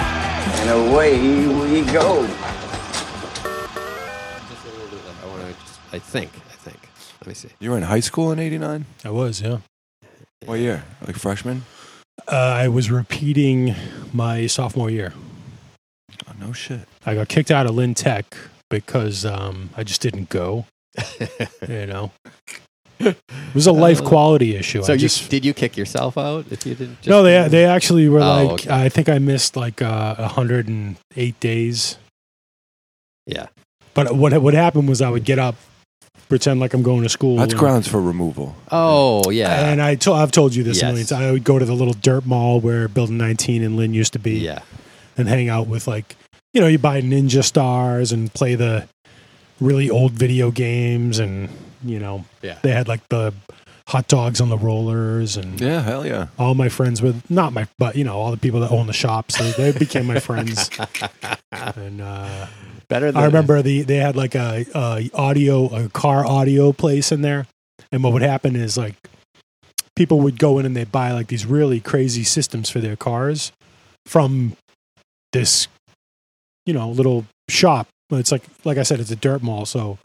And away we go. I want to. Just, I think. I think. Let me see. You were in high school in '89. I was, yeah. What year? Like freshman? Uh, I was repeating my sophomore year. Oh, no shit. I got kicked out of Lynn Tech because um, I just didn't go. You know, it was a life Oh. quality issue. so I you, just did you kick yourself out if you didn't? Just no, they they actually were Oh, like, okay. I think I missed like uh, 108 days. Yeah. But what what happened was I would get up, pretend like I'm going to school. That's and- grounds for removal. Oh yeah. And I to, I've told you this a million Yes. times. I would go to the little dirt mall where Building 19 and Lynn used to be, yeah. and hang out with like, you know, you buy Ninja Stars and play the really old video games, and you know, Yeah. they had like the hot dogs on the rollers, and Yeah, hell yeah. all my friends with not my, but you know, all the people that own the shops, they, they became my friends, and. uh Better. Than, I remember the they had like a, a audio a car audio place in there, and what would happen is like people would go in and they buy like these really crazy systems for their cars from this you know little shop. But It's like like I said, it's a dirt mall, so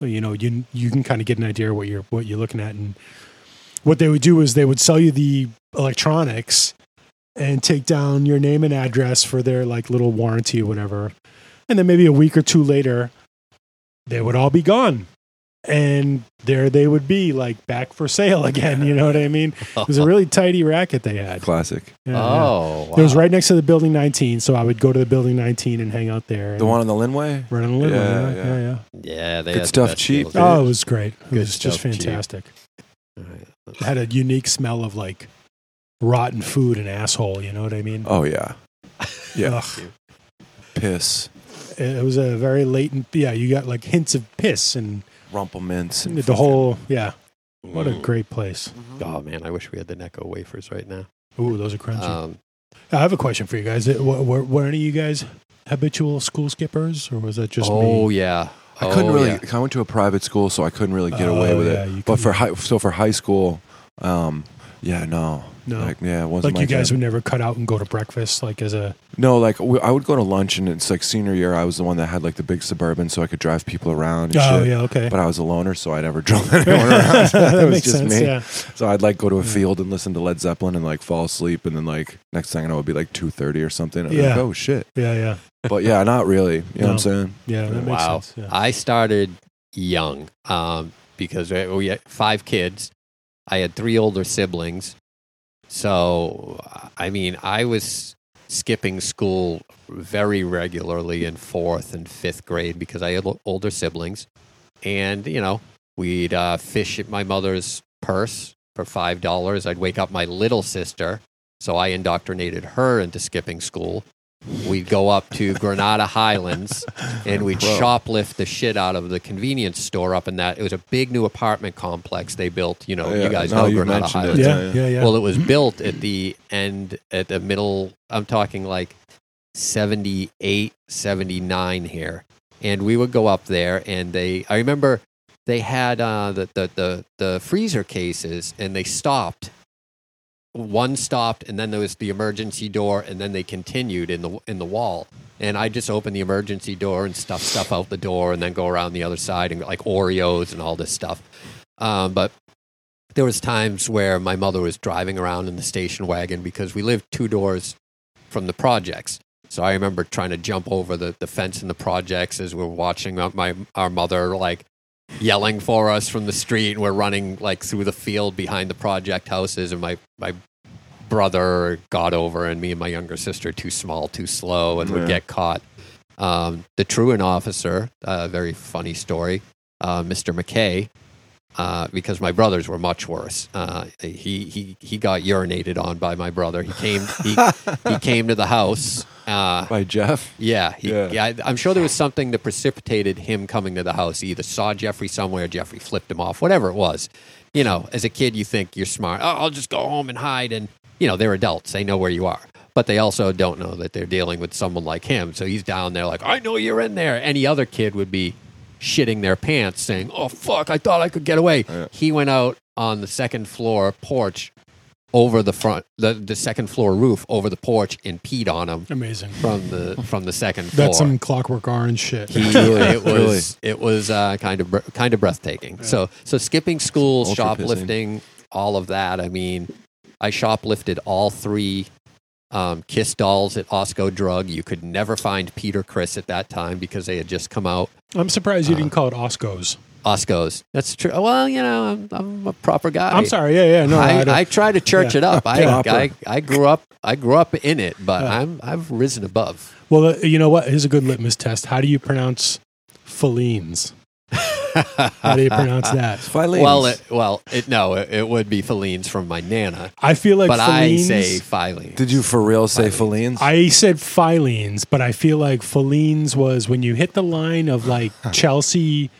you know you you can kind of get an idea what you're what you're looking at. And what they would do is they would sell you the electronics and take down your name and address for their like little warranty or whatever. And then maybe a week or two later, they would all be gone. And there they would be, like back for sale again. You know what I mean? It was a really tidy racket they had. Classic. Yeah, yeah. oh. Wow. It was right next to the building 19, so I would go to the building 19 and hang out there. The one on the Linway? right on the little Yeah, yeah, yeah, yeah. yeah, Yeah. They Good had the stuff, best cheap, deals. dude. Oh, it was great. It Good was just stuff, Chief. fantastic. All right. It had a unique smell of like rotten food and asshole. You know what I mean? Oh, yeah. Yeah. Ugh. Piss. It it was a very latent. Yeah, you got like hints of piss and Rumplemints. and the whole. Yeah, what a Mm. great place. Oh man, I wish we had the Necco wafers right now. Ooh, those are crunchy. Uh, Um, I have a question for you guys. Uh, Were, were, were any of you guys habitual school skippers, or was that just oh me? yeah. I couldn't Oh, really. yeah. I went to a private school, so I couldn't really get Oh, away with yeah, you it. But couldn't- for high, so for high school, um, yeah, no, No. like, yeah, it wasn't Like my you guys jam. would never cut out and go to breakfast, like as a No, like we, I would go to lunch, and it's like senior year. I was the one that had like the big suburban, so I could drive people around. And oh shit. yeah okay. But I was a loner, so I never drove anyone around. So that it was makes just sense. me. Yeah. So I'd like go to a field and listen to Led Zeppelin and like fall asleep, and then like next thing I know, it'd be like two thirty or something. and I'd be like, Yeah. oh shit. yeah, yeah, But yeah, not really. You know what I'm No. saying? yeah, That makes wow. sense. Yeah. I started young um, because uh, we had five kids. I had three older siblings. So, I mean, I was skipping school very regularly in fourth and fifth grade because I had l- older siblings. And, you know, we'd uh, fish at my mother's purse for $5. I'd wake up my little sister. So I indoctrinated her into skipping school. We'd go up to Granada Highlands and we'd Bro. shoplift the shit out of the convenience store up in that. It was a big new apartment complex they built. You know, you Oh, Yeah, guys no, know you've Granada mentioned it. Highlands. yeah, yeah, yeah. Well, it was built at the end, at the middle, I'm talking like 78, 79 here. And we would go up there and they, I remember they had uh, the, the, the, the freezer cases and they stopped. One stopped and then there was the emergency door and then they continued in the, in the wall. And I just open the emergency door and stuff stuff out the door and then go around the other side and like Oreos and all this stuff. Um, but there was times where my mother was driving around in the station wagon because we lived two doors from the projects. So I remember trying to jump over the, the fence in the projects as we we're watching our- my our mother like yelling for us from the street and we're running like through the field behind the project houses and my, my brother got over and me and my younger sister too small, too slow and Yeah. would get caught. Um, the truant officer, uh, very funny story, uh, Mr. McKay, uh, because my brothers were much worse. Uh, he he he got urinated on by my brother. He came he, he came to the house. Uh, By Jeff. yeah, he, Yeah. yeah. I, am sure there was something that precipitated him coming to the house. He either saw Jeffrey somewhere, Jeffrey flipped him off, whatever it was. You know, as a kid, you think you're smart. Oh, I'll just go home and hide. And, you know, they're adults, they know where you are. But they also don't know that they're dealing with someone like him. So he's down there, like, I know you're in there. Any other kid would be shitting their pants saying, Oh, fuck, I thought I could get away. He went out on the second floor porch over the front, the, the second floor roof over the porch and peed on him Amazing. from the from the second floor. uh, That's some clockwork orange shit. He- it was it was uh, kind of br- kind of breathtaking. Yeah. So so skipping school, Ultra shoplifting, all of that. I mean, I shoplifted all three um, Kiss dolls at Osco Drug. You could never find Peter Chris at that time because they had just come out. I'm surprised you Uh, didn't call it Oscos. Oscos. That's true. Well, you know, I'm, I'm a proper guy. I'm sorry. Yeah, yeah. No, I, I, don't- I, try to church Yeah. it up. I, Proper. I I grew up I grew up in it, but Yeah. I'm I've risen above. well, uh, you know what? Here's a good litmus test. How do you pronounce Felines? How do you pronounce that? Filings. Well, it, well, it, no, it, it would be Felines from my nana, I feel like but Felines. I say Filines. did you for real say Filines? I said Filines, but I feel like Filines was when you hit the line of like Chelsea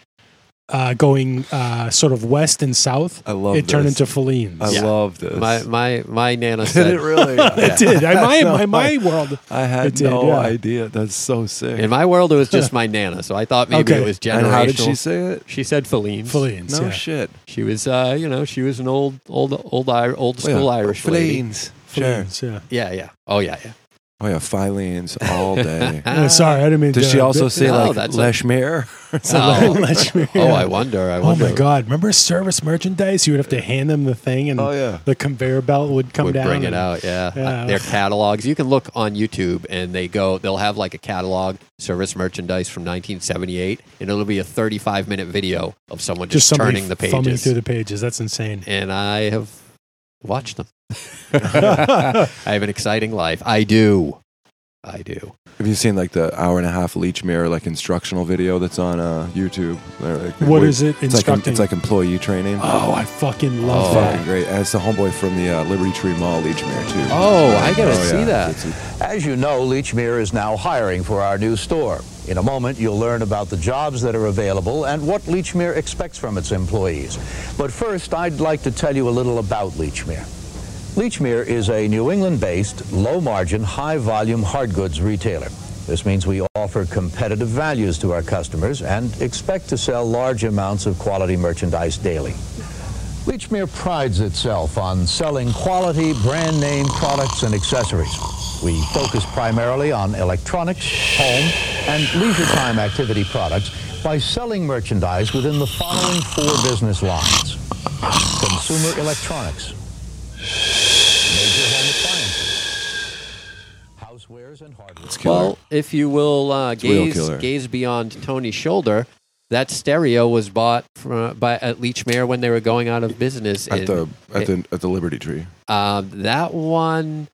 uh, going uh, sort of west and south. I love it turned this. into Filines. I Yeah. love this. my my my nana did said it really? It did. I, my, No, my, my world. I had It did, no yeah. idea. That's so sick. in my world it was just my nana, so I thought maybe Okay. it was generational. and how did she say it? She said Felines. Filines. No yeah. shit. Oh, She was, uh, you know, she was an old old old Ir- old school Oh, yeah. Irish lady. Filines. Sure. Filines, yeah. Yeah, yeah. Oh yeah, yeah. Oh yeah, Filines all day. Yeah, Uh, sorry, I didn't mean Did to- she also say no, like that's a- Leshmere? Oh. Let you- Oh, I wonder. I Oh wonder. my God! Remember service merchandise? You would have to hand them the thing, and Oh, yeah. the conveyor belt would come would down. bring it and- out. Yeah. Yeah. Uh, their catalogs. You can look on YouTube and they go, they'll have like a catalog service merchandise from 1978 and it'll be a 35 minute video of someone just, Just somebody turning the thumbing pages. through the pages. That's insane. and I have watched them. I have an exciting life. I do. I do. Have you seen like the hour and a half leech mirror like instructional video that's on uh, YouTube? They're, Like, What is it It's like, instructing? it's like employee training. oh, I fucking love Oh. fucking that. great. And it's the homeboy from the uh, Liberty Tree Mall leech mirror too. Oh, I gotta Oh, yeah. see that. It's- it's- As you know, Leachmere is now hiring for our new store. In a moment, you'll learn about the jobs that are available and what Leachmere expects from its employees. But first, I'd like to tell you a little about Leachmere. Leachmere is a New England-based, low-margin, high-volume hard goods retailer. This means we offer competitive values to our customers and expect to sell large amounts of quality merchandise daily. Leachmere prides itself on selling quality brand name products and accessories. We focus primarily on electronics, home, and leisure time activity products by selling merchandise within the following four business lines. Consumer electronics, major home appliances, housewares and hardware. killer. Well, if you will uh, a real gaze killer. gaze beyond Tony's shoulder, that stereo was bought from, uh, by at Leachmere when they were going out of business. at and the at the at the Liberty Tree. uh, that one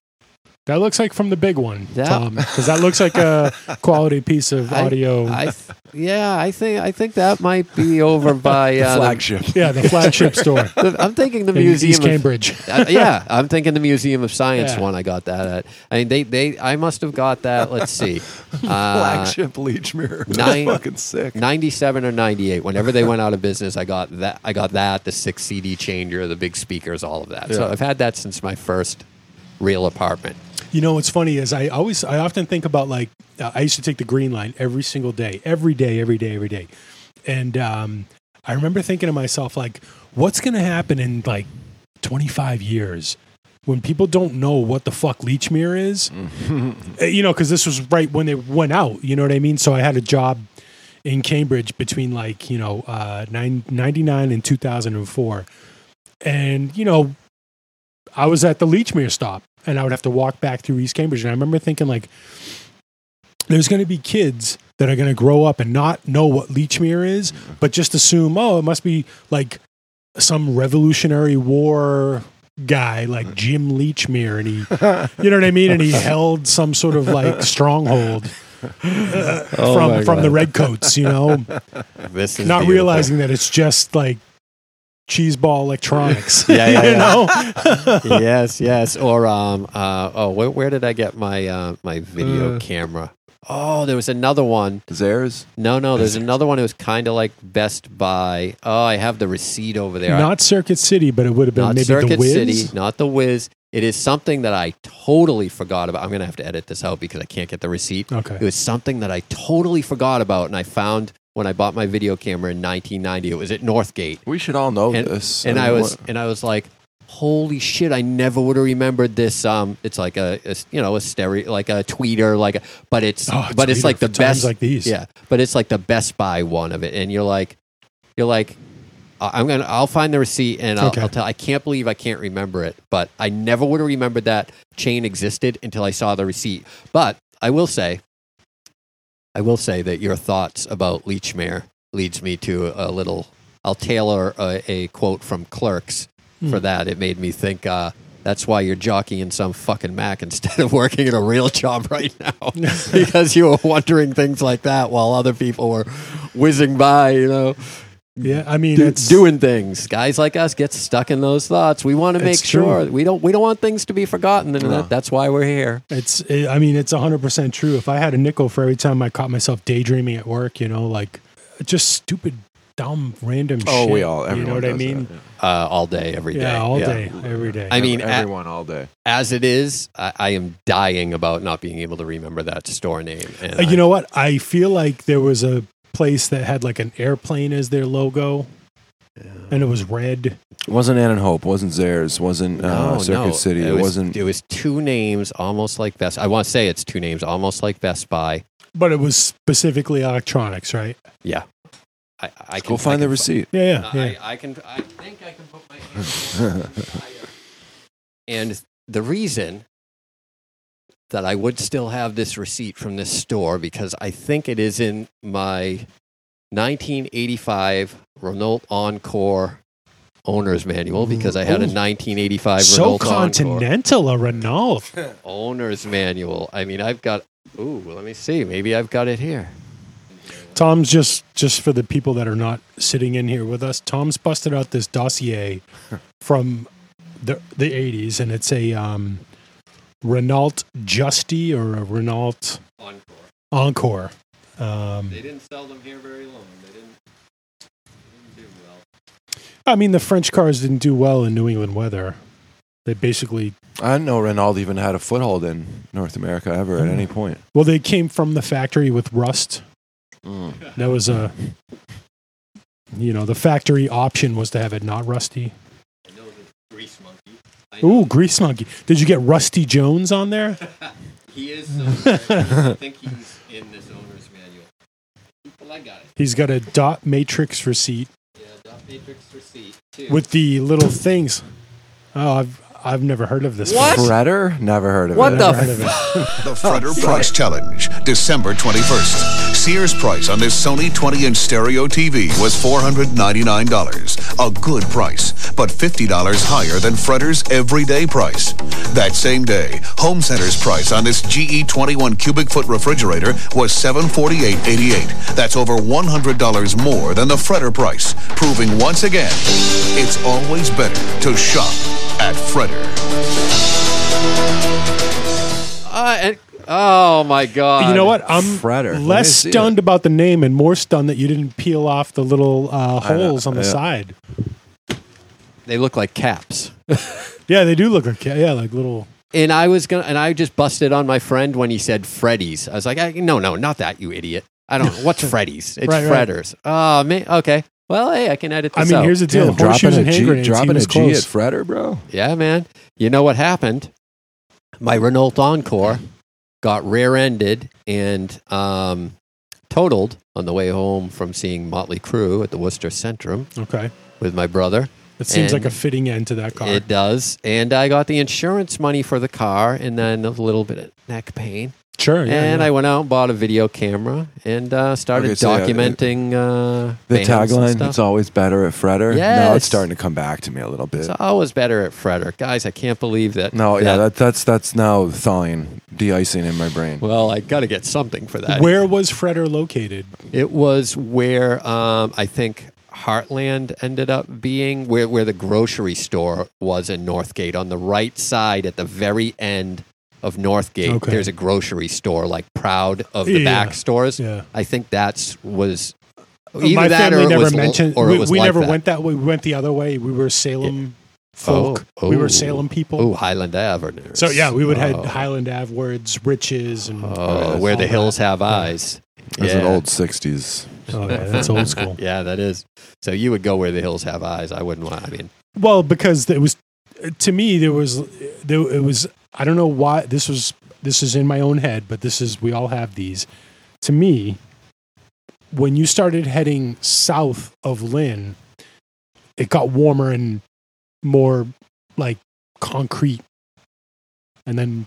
That looks like from the big one, That- Tom, because that looks like a quality piece of I- audio. I, th- yeah, I think I think that might be over by uh, the- Flagship. yeah, the flagship store the- I'm thinking the in East museum. Of, Cambridge. uh, yeah, I'm thinking the Museum of Science Yeah. one. I got that at. I mean, they they I must have got that. Let's see, uh, Flagship leech mirror. That's nine- fucking sick. ninety seven or ninety eight. Whenever they went out of business, I got that. I got that the six CD changer, the big speakers, all of that. So Yeah. I've had that since my first real apartment. You know what's funny is I always I often think about like uh, I used to take the green line every single day, every day, every day, every day, and um, I remember thinking to myself like, what's going to happen in like 25 years when people don't know what the fuck Leechmere is? Uh, you know, because this was right when they went out. You know what I mean? So I had a job in Cambridge between like you know uh, nine, 99 and 2004, and you know I was at the Leachmere stop and I would have to walk back through East Cambridge. And I remember thinking, like, there's going to be kids that are going to grow up and not know what Leachmere is, but just assume, oh, it must be like some Revolutionary War guy like Jim Leachmere. And he, you know what I mean? And he held some sort of like stronghold. uh, Oh my from from the God. redcoats, you know, This is not beautiful. realizing that it's just like cheeseball electronics. Yeah, yeah, you yeah. know. yes, yes. Or um, uh, oh, where, where did I get my uh, my video Uh. camera? Oh, there was another one. Zares. No, no, there's another one. It was kind of like Best Buy. Oh, I have the receipt over there. Not Circuit City, but it would have been Not maybe the Circuit Wiz. City, not the Whiz. It is something that I totally forgot about. I'm gonna have to edit this out because I can't get the receipt. Okay. It was something that I totally forgot about, and I found when I bought my video camera in 1990. It was at Northgate. We should all know and, this. and mean, I was what- and I was like, holy shit, I never would have remembered this. Um, it's like a, a s- you know a stereo like a tweeter like a but it's Oh, but it's Tweeter like the for times best like these. Yeah, but it's like the Best Buy one of it, and you're like you're like I- I'm gonna I'll find the receipt and I'll, Okay. I'll tell. I can't believe I can't remember it, but I never would have remembered that chain existed until I saw the receipt. But I will say, I will say that your thoughts about Leachmere leads me to a little. I'll tailor a, a quote from Clerks for that. It made me think. Uh, that's why you're jockeying some fucking Mac instead of working at a real job right now because you were wondering things like that while other people were whizzing by, you know Yeah, I mean, do, it's doing things. Guys like us get stuck in those thoughts. We want to make It's true. sure we don't we don't want things to be forgotten, and that, that's why we're here. It's, it, I mean, it's 100% true. If I had a nickel for every time I caught myself daydreaming at work, you know, like just stupid, dumb, random Oh, shit. we all. Everyone you know what I does mean? that, yeah. Uh, all day, every day, yeah, all day, every day. I mean, a- everyone all day. as it is, I, I am dying about not being able to remember that store name. And Uh, I- you know what? I feel like there was a place that had like an airplane as their logo, and it was red. It wasn't Ann and Hope. Wasn't Zares. Wasn't uh, Oh, No, Circuit no. City. It, was, was, not It was two names, almost like Best. I want to say it's two names, almost like Best Buy. But it was specifically electronics, right? Yeah, I, I can Go I find the can fi- receipt. Yeah, yeah, Uh, I, yeah. I can. I think I can put my hand on the fire. And the reason that I would still have this receipt from this store because I think it is in my 1985 Renault Encore owner's manual because I had a Mm-hmm. Ooh. 1985 so Renault Encore continental, a Renault. owner's manual. I mean, I've got. Ooh, let me see. Maybe I've got it here. Tom's just just for the people that are not sitting in here with us. Tom's busted out this dossier from the the eighties, and it's a um, Renault Justy or a Renault Encore. Encore. Um, didn't sell them here very long. They didn't, they didn't do well. I mean, the French cars didn't do well in New England weather. They basically, I didn't know Renault even had a foothold in North America ever Hmm. at any point. well, they came from the factory with rust. Hmm. That was a, you know, the factory option was to have it not rusty. I know the grease monkey. I know Ooh, grease monkey! Did you get Rusty Jones on there? he is somewhere. I think he's in this owner's manual. Well, I got it. He's got a dot matrix receipt Yeah, dot matrix receipt too. with the little things. Oh, I've I've never heard of this. What? Fretter? Never heard of What it. the Never heard of it. The Fredder Price Challenge, December 21st. Sears price on this Sony 20 inch stereo TV was $499, a good price, but $50 higher than Fredder's everyday price. That same day, Home Center's price on this GE 21 cubic foot refrigerator was $748.88. That's over $100 more than the Fredder price, proving once again it's always better to shop at Fredder. Uh, and, oh my god! You know what? I'm Fretter. Let me less see stunned about the name and more stunned that you didn't peel off the little uh, know, holes on the yeah. side. They look like caps. Yeah, they do look like yeah, like little. And I was gonna, and I just busted on my friend when he said Freddy's. I was like, I, no, no, not that, you idiot. I don't. What's Freddy's? It's Right, right. Fretters. Oh, man. Okay. Well, hey, I can edit I this mean, out. here's the deal: Damn, horseshoes dropping a and hand G, grenades. he dropping a was G close. at Fretter, bro. Yeah, man. You know what happened? My Renault Encore got rear-ended and um, totaled on the way home from seeing Motley Crue at the Worcester Centrum okay, with my brother. it seems And like a fitting end to that car. It does, and I got the insurance money for the car, and then a little bit of neck pain. sure, yeah, and yeah. I went out and bought a video camera and uh, started Okay, so, uh, documenting uh, The bands and tagline, stuff. it's always better at Fretter. Now Yes. it's starting to come back to me a little bit. It's always better at Frederick, guys. I can't believe that. No, yeah, that, that's that's now thawing, de-icing in my brain. well, I got to get something for that. where was Fretter located? It was where um, I think Heartland ended up being, where, where the grocery store was in Northgate. On the right side at the very end of Northgate, Okay. there's a grocery store, like proud of the Yeah, back stores. yeah. Uh, I think that's was either My that or family it never was, l- mentioned. or we it was we like never that. went that way. We went the other way. We were Salem Oh, folk. we oh. were Salem people. Oh, Highland Avenue. So yeah, we would Oh. had Highland Ave words, riches, and Oh, where the all hills that. have eyes. It's yeah. an old '60s. Oh, yeah, that's old school. Yeah, that is. So you would go where the hills have eyes. I wouldn't want. I mean, Well, because it was to me there was there it was I don't know why this was this is in my own head, but this is we all have these. To me, when you started heading south of Lynn, it got warmer and more like concrete, and then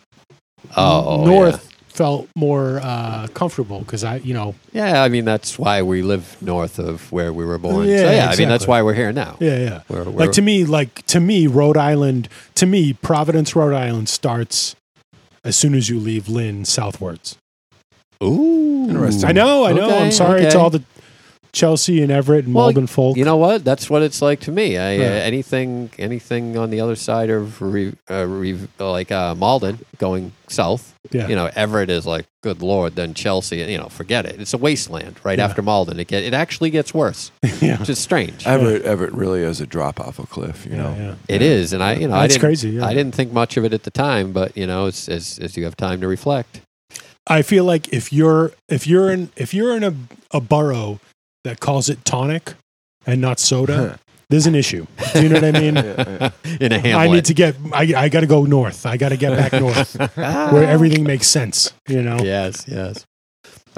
Oh, north felt more uh, comfortable because I you know Yeah. yeah, I mean that's why we live north of where we were born. so Yeah, yeah, I mean that's exactly. why we're here now. yeah yeah We're, we're, like to me like to me rhode island to me providence rhode island starts as soon as you leave lynn southwards ooh, Interesting. i know i know Okay, i'm sorry it's okay. all the chelsea and everett and Well, melbourne folk You know what? That's what it's like to me. I, uh, Yeah. anything, anything on the other side of re, uh, re, like uh, Malden going south. Yeah. You know, Everett is like, good lord. Then Chelsea, you know, forget it. It's a wasteland right Yeah. after Malden. It get, it actually gets worse, yeah. which is strange. Uh, Everett, Everett really is a drop off a cliff, you Yeah, know. yeah. It is, and I, you know, I That's didn't, crazy, yeah. I didn't think much of it at the time, but you know, as as, as you have time to reflect, i feel like if you're if you're in if you're in a, a borough that calls it tonic and not soda there's an issue do you know what i mean in a i hamlet, need to get i, I got to go north i got to get back north where everything makes sense you know Ah, yes, yes.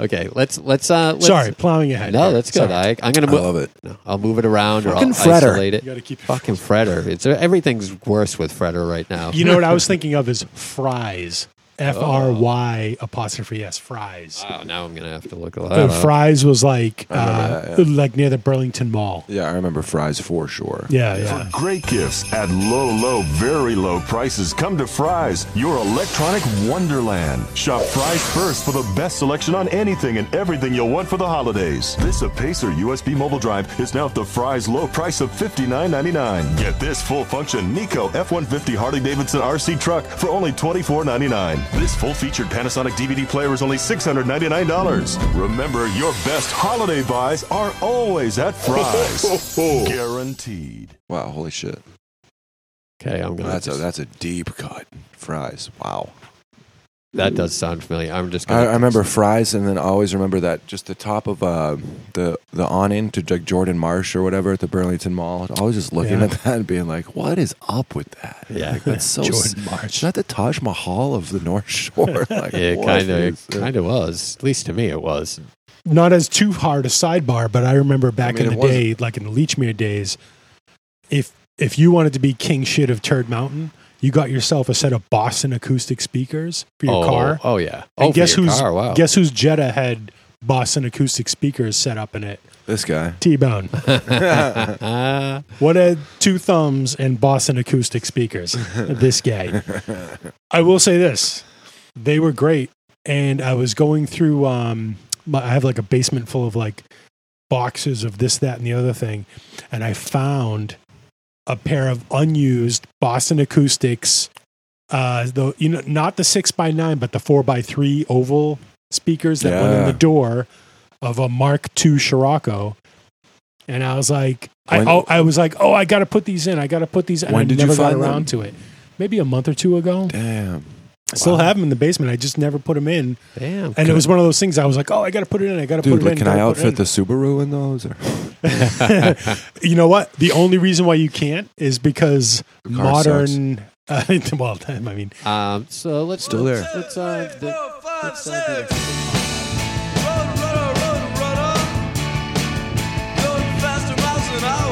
Okay, let's let's uh. Let's, sorry plowing ahead No, here. that's good. Sorry. I, I'm gonna I move. love it. No, I'll move it around or I'll Fucking Fredder. isolate You it. got to keep your Fucking Fredder. It's everything's worse with Fredder right now. You know what I was thinking of is fries. F R Y apostrophe S fries. Wow, now I'm gonna have to look a The lot. fries was like I remember uh, that, like near the Burlington Mall. Yeah, I remember fries for sure. Yeah, yeah. Great gifts at low, low, very low prices. Come to Fry's, your electronic wonderland. Shop Fry's first for the best selection on anything and everything you'll want for the holidays. This a Pacer USB mobile drive is now at the Fry's low price of $59.99. Get this full function Nico F-150 Harley-Davidson RC truck for only $24.99. This full-featured Panasonic DVD player is only $699. Remember, your best holiday buys are always at Fry's. Guaranteed. Wow, holy shit. Okay, I'm gonna. That's a just- that's a deep cut. Fries. Wow. that does sound familiar. I'm just. I, Gonna I remember fries, and then I always remember that just the top of uh, the the awning to like Jordan Marsh or whatever at the Burlington Mall. I was just looking Yeah. at that and being like, "What is up with that? Yeah. Like, that's so Jordan s- Marsh. Is that the Taj Mahal of the North Shore? Like, Yeah, what kind is of, it? kind of was. At least to me, it was. Not as too hard a sidebar, but I remember back mean, in it the day, like in the Leechmere days, if if you wanted to be king shit of Turd Mountain, you got yourself a set of Boston acoustic speakers for your oh, car. Oh yeah. And oh, for guess your who's car, Wow. guess whose Jetta had Boston acoustic speakers set up in it? This guy. T Bone. Ah, What a two thumbs and Boston acoustic speakers. this guy. I will say this. They were great. And I was going through um my, I have like a basement full of like boxes of this, that, and the other thing. And I found a pair of unused Boston acoustics. Uh the you know not the six by nine, but the four by three oval speakers that went in Yeah. the door of a Mark II Scirocco. And I was like, I, When- oh, I was like, oh, I got to put these in. I got to put these. And When I did you never got find around to it. Maybe a month or two ago. Damn. I still have them in the basement. I just never put them in. damn. And it was one of those things. I was like, oh, I got to put it in. I got to put Dude, it like, in. can I gotta put it outfit the in." Subaru in those? Or You know what? The only reason why you can't is because car modern. Uh, well, I mean, Um, so let's Still there. Let's, uh, the- let's, uh, do the- Road runner, road runner, going faster miles an hour.